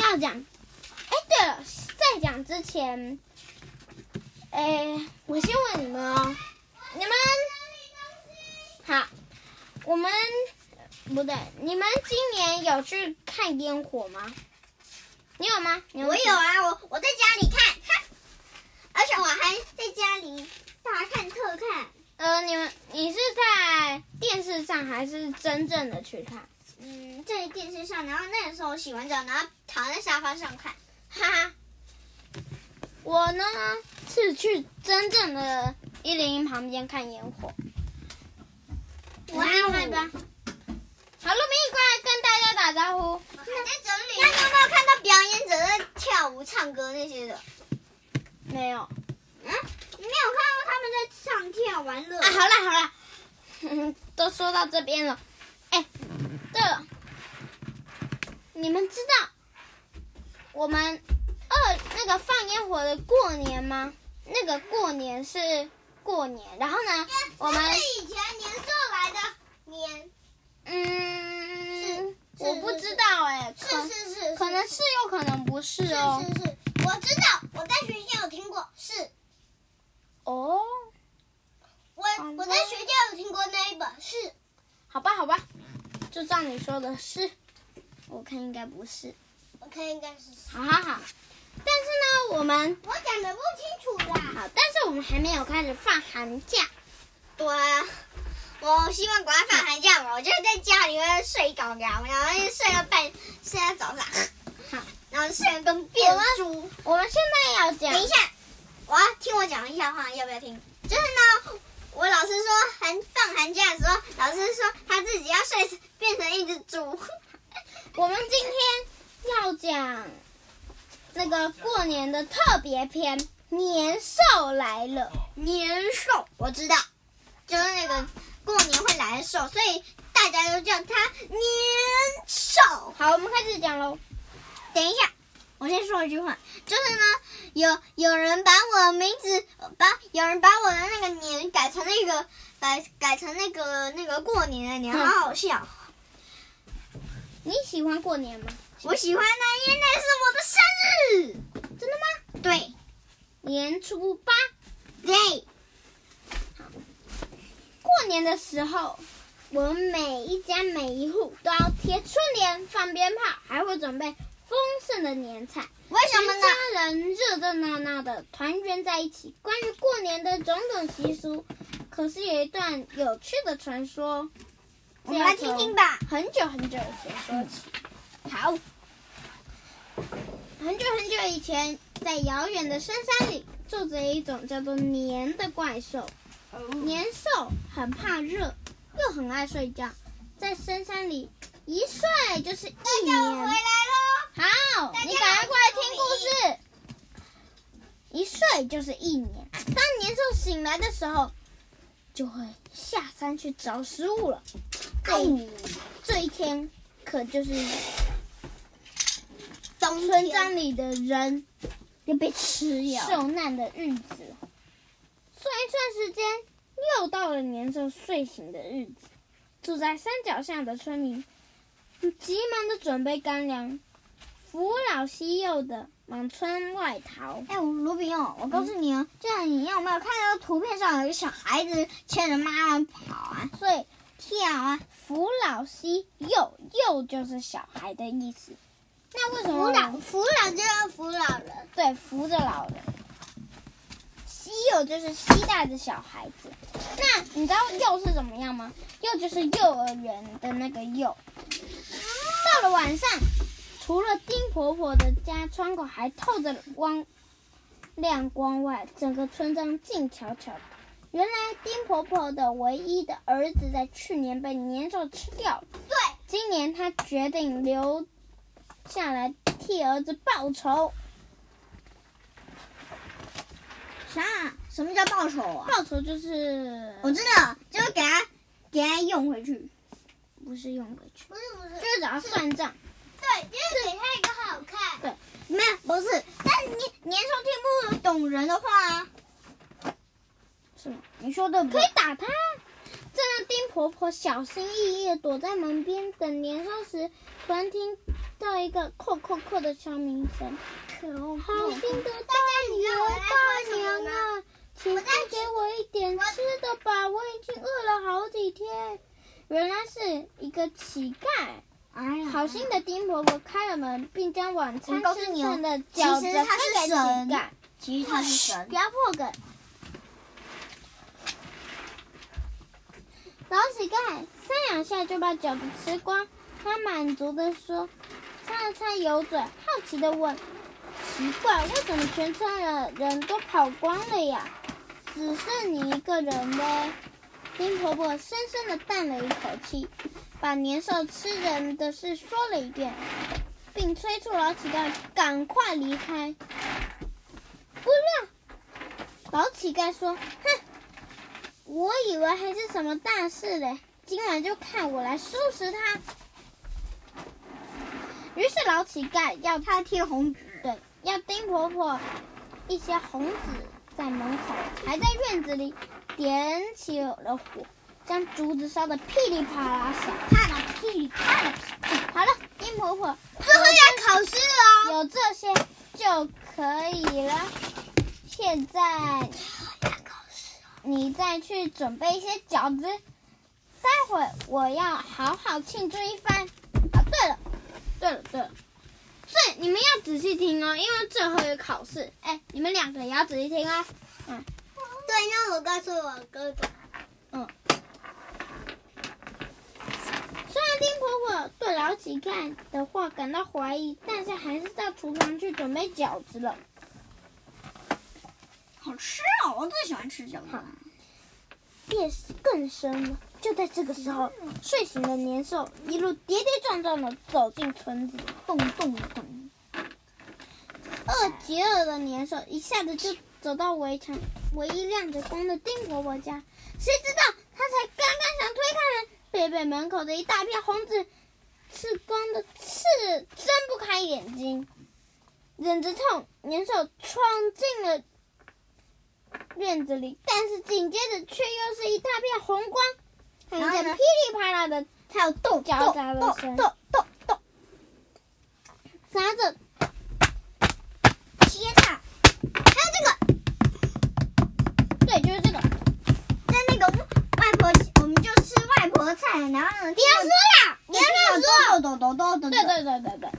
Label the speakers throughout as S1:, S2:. S1: 呃讲，哎，对了，在讲之前，哎，我先问你们哦，你们好，我们不对，你们今年有去看烟火吗？你有吗？你
S2: 我
S1: 去
S2: 有啊，我我在家里看，哈而且我还在家里大看特看。
S1: 呃，你们你是在电视上还是真正的去看？
S2: 嗯，在电视上，然后那个时候洗完澡，然后躺在沙发上看。
S1: 哈哈，我呢是去真正的一零一旁边看烟火。
S2: 哇哦
S1: 看吧。好，露米，过来跟大家打招呼。
S2: 我还在整理。那你有没有看到表演者在跳舞、唱歌那些的？
S1: 没有啊，
S2: 嗯，你没有看到他们在上跳玩乐？
S1: 啊好啦好啦， 嗯都说到这边了。哎，对了，你们知道我们二那个放烟火的过年吗？那个过年是过年，然后呢，我们
S2: 这是以前年兽来的年，
S1: 嗯，
S2: 是
S1: 我不知道哎、
S2: 是
S1: 可
S2: 是是，
S1: 可能是有可能不是
S2: 是
S1: 哦。
S2: 是是，我知道，我在学校有听过，是
S1: 哦，
S2: 我
S1: 好吧
S2: 我在学校有听过那一本，是
S1: 好吧，好吧，就照你说的是，我看应该不是。
S2: 我看应该是。
S1: 好好好，但是呢，我们
S2: 我讲的不清楚啦。
S1: 好，但是我们还没有开始放寒假。
S2: 对啊，我希望赶快放寒假嘛，我就在家里面睡搞搞，然后就睡到半，睡到早上，
S1: 好，
S2: 然后睡得跟变猪。
S1: 我们现在要讲
S2: 等一下，我要听我讲一下话，要不要听？就是呢，我老师说寒放寒假的时候，老师说他自己要睡成变成一只猪。
S1: 我们今天要讲那个过年的特别篇《年兽来了》。
S2: 哦年兽，我知道，就是那个过年会来的兽，所以大家都叫它年兽。
S1: 好，我们开始讲喽。
S2: 等一下，我先说一句话，就是呢，有有人把我的名字，把有人把我的那个年改成那个，改改成那个那个过年的年，
S1: 嗯
S2: 好好笑。
S1: 你喜欢过年吗？
S2: 我喜欢那因为那是我的生日。
S1: 真的吗？
S2: 对
S1: 年初八
S2: 对，
S1: 过年的时候，我们每一家每一户都要贴春联、放鞭炮，还会准备丰盛的年菜。
S2: 为什么呢？
S1: 全家人热热闹闹的团圆在一起。关于过年的种种习俗，可是有一段有趣的传说，
S2: 我们来听听吧。
S1: 很久很久以前说起。
S2: 好，
S1: 很久很久以前，在遥远的深山里，住着一种叫做年的怪兽。年兽很怕热，又很爱睡觉，在深山里一睡就是一
S2: 大家我回来
S1: 年。
S2: 喽。
S1: 好，
S2: 大家
S1: 你赶快过来听故事。一睡就是一年，当年兽醒来的时候，就会下山去找食物了。这一这一天可就是
S2: 冬
S1: 村庄里的人
S2: 就被吃
S1: 受难的日子。算一算时间，又到了年兽睡醒的日子。住在山脚下的村民，急忙的准备干粮，扶老西幼的往村外逃。
S2: 哎，我卢比哦，我告诉你哦，就是你有没有看到图片上有一个小孩子牵着妈妈跑啊、
S1: 所以
S2: 跳啊？
S1: 扶老西幼，幼就是小孩的意思。那为什么
S2: 嗯扶老扶老就要扶老人，
S1: 对，扶着老人。西柚就是西带着小孩子，那你知道幼是怎么样吗？幼就是幼儿园的那个幼。到了晚上，除了丁婆婆的家窗口还透着光亮光外，整个村庄静悄悄的。原来丁婆婆的唯一的儿子在去年被年兽吃掉了，
S2: 对，
S1: 今年她决定留下来替儿子报仇。
S2: 啥？什么叫报仇啊？
S1: 报仇就是
S2: 我知道，就是给他给他用回去。
S1: 不是用回去，
S2: 不是不，
S1: 就是是找他算账。
S2: 对，就是给他一个好看
S1: 对，
S2: 没有不是，但年年兽听不懂人的话啊。
S1: 是吗？
S2: 你说对不
S1: 可以打他。正那丁婆婆小心翼翼地躲在门边等年兽时，突然听到一个“扣扣扣”的敲门声。
S2: 可恶！
S1: 好心的大
S2: 知道
S1: 牛
S2: 我在
S1: 大
S2: 说什
S1: 娘
S2: 么
S1: 啊，请
S2: 我
S1: 分
S2: 在
S1: 给我一点吃的吧，我已经饿了好几天。原来是一个乞丐。
S2: 哎呀，
S1: 好心的丁婆婆开了门，并将晚餐
S2: 我告诉
S1: 吃
S2: 你哦
S1: 剩的
S2: 其实
S1: 饺子
S2: 他是
S1: 分给乞
S2: 神
S1: 丐。
S2: 其实他是神
S1: 不，要破梗。老乞丐三两下就把饺子吃光，他满足的说，擦了擦油嘴，好奇的问：“奇怪，为什么全村的人都跑光了呀？只剩你一个人嘞？”丁婆婆深深的淡了一口气，把年兽吃人的事说了一遍，并催促老乞丐赶快离开。不料，老乞丐说：“哼，我以为还是什么大事嘞，今晚就看我来收拾他。”于是老乞丐要
S2: 他贴红纸，
S1: 对要丁婆婆一些红纸在门口，还在院子里点起了火，将竹子烧得噼里啪啦响。
S2: 啪啦噼里啪啦噼里。
S1: 好了，丁婆婆
S2: 最后要考试哦。
S1: 有这些就可以了。现在你再去准备一些饺子，待会我要好好庆祝一番。啊，对了，对了，对了，所以你们要仔细听哦，因为最后有考试。哎，你们两个也要仔细听哦。
S2: 对，那我告诉我哥哥，嗯
S1: 虽然丁婆婆对老乞丐的话感到怀疑，但是还是到厨房去准备饺子了。
S2: 好吃哦，我最喜欢吃饺子。
S1: 夜更深了。就在这个时
S2: 嗯
S1: 候，睡醒的年兽一路跌跌撞撞的走进村子，咚咚咚。饿极了的年兽一下子就走到围墙唯一亮着光的丁婆婆家，谁知道他才刚刚想推开门，便被门口的一大片红纸刺光的刺睁不开眼睛，忍着痛，年兽闯进了院子里，但是紧接着却又是一大片红光，还有
S2: 然后
S1: 在
S2: 呢
S1: 噼里啪啦的，还有豆
S2: 豆
S1: 交杂的声
S2: 豆豆豆豆，
S1: 砸着
S2: 切菜，还有这个。
S1: 对，就是这个，
S2: 在那个外婆，我们就吃外婆菜，然后呢，
S1: 别说啦，
S2: 你
S1: 别乱说。
S2: 说，抖抖抖抖
S1: 对对对对对。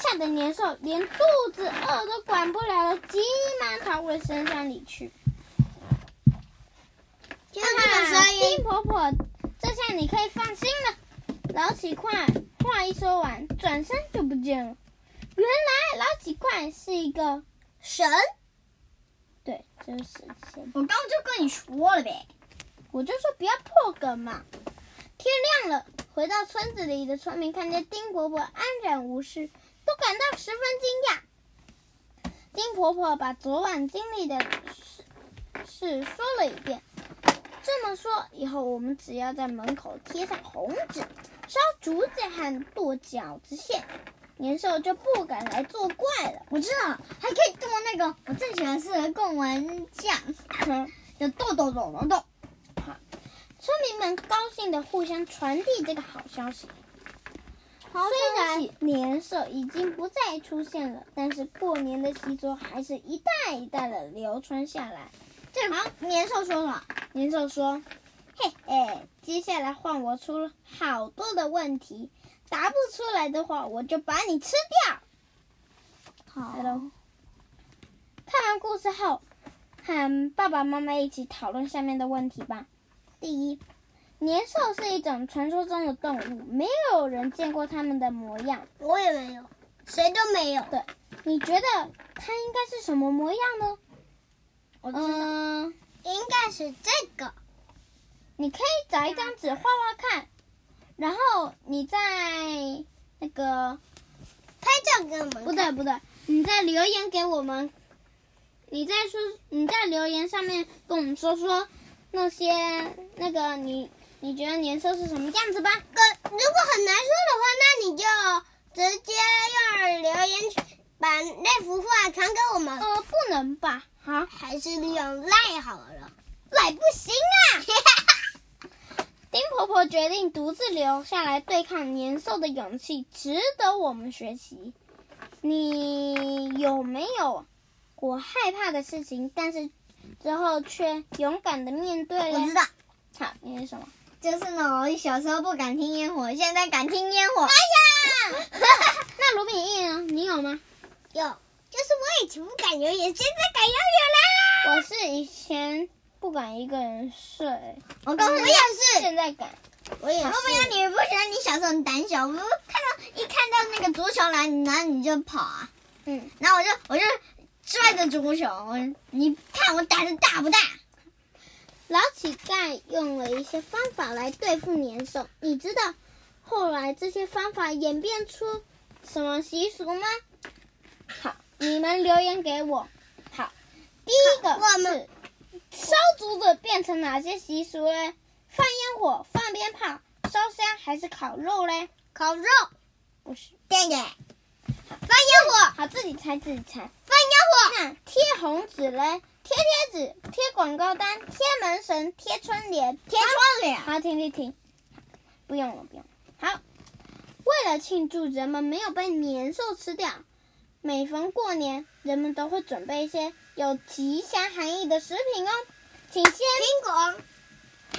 S1: 吓得年兽连肚子饿都管不了了，急忙逃回深山里去。
S2: 听到这个声音，
S1: 丁婆婆，这下你可以放心了。老乞丐话一说完，转身就不见了。原来老乞丐是一个，
S2: 神，
S1: 对，就是谁？
S2: 我刚刚就跟你说了呗，
S1: 我就说不要破梗嘛。天亮了，回到村子里的村民看见丁婆婆安然无事，都感到十分惊讶。丁婆婆把昨晚经历的事事说了一遍。这么说以后，我们只要在门口贴上红纸，烧竹子和剁饺子馅，年兽就不敢来作怪了。
S2: 我知道，还可以做那个我最喜欢吃的贡丸酱，有豆豆豆豆豆，
S1: 村民们高兴地互相传递这个好消息。虽然年兽已经不再出现了，但是过年的习俗还是一代一代的流传下来。
S2: 这个年兽说什么？
S1: 年兽说：“嘿嘿，接下来换我出好多的问题，答不出来的话，我就把你吃掉。”
S2: 好
S1: Hello 看完故事后，和爸爸妈妈一起讨论下面的问题吧。第一，年兽是一种传说中的动物，没有人见过它们的模样。
S2: 我也没有，谁都没有，
S1: 你觉得它应该是什么模样呢？
S2: 我
S1: 嗯、
S2: 应该是这个，
S1: 你可以找一张纸画画看，然后你在那个
S2: 拍照给我们
S1: 不对不对，你在留言给我们，你在说你在留言上面跟我们说说那些那个你你觉得年兽是什么样子吧？
S2: 个如果很难说的话，那你就直接用留言把那幅画传给我们，
S1: 呃，不能吧？好，
S2: 还是用赖好了。
S1: 赖不行啊！ 丁婆婆决定独自留下来对抗年兽的勇气值得我们学习。你有没有过害怕的事情，但是之后却勇敢的面对
S2: 我
S1: 了？
S2: 知道，
S1: 好，你是什么？
S2: 就是呢，我小时候不敢听烟火，现在敢听烟火。
S1: 哎呀，那卢炳义呢？你有吗？
S2: 有，就是我以前不敢游泳，现在敢游泳
S1: 我是以前不敢一个人睡，
S2: 啦！我告诉你，
S1: 我
S2: 我
S1: 也
S2: 也
S1: 现在敢。
S2: 是，我也是。我不要你不觉得你小时候很胆小？我看到一看到那个足球来，然后你就跑啊，
S1: 嗯，
S2: 然后我就我就拽着足球，我你看我胆子大不大？
S1: 老乞丐用了一些方法来对付年兽，你知道后来这些方法演变出什么习俗吗？好，你们留言给我。好，第一个
S2: 我
S1: 是烧竹子变成哪些习俗嘞？放烟火、放鞭炮、烧香还是烤肉嘞？
S2: 烤肉，
S1: 不是，
S2: 电影，放烟火，
S1: 好，自己猜自己猜。
S2: 放
S1: 那贴红纸嘞？贴贴纸、贴广告单、贴门神、贴春联、贴
S2: 贴窗帘，
S1: 好，停停停，不用了，不用了。好，为了庆祝人们没有被年兽吃掉，每逢过年，人们都会准备一些有吉祥含义的食品哦。请先，
S2: 苹果，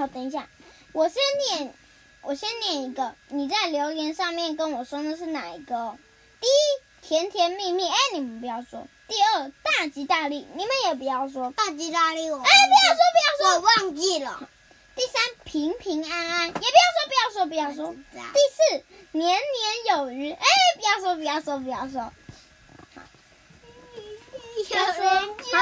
S1: 好，等一下，我先念，我先念一个，你在留言上面跟我说那是哪一个哦。第一，甜甜蜜蜜，哎，你们不要说。第二，大吉大利，你们也不要说。
S2: 大吉大利，我
S1: 哎，不要说，不要说。
S2: 我忘记了，
S1: 第三，平平安安，也不要说，不要说，不要说。第四，年年有余。哎，哎不要说，不要说，不要说。
S2: 有人就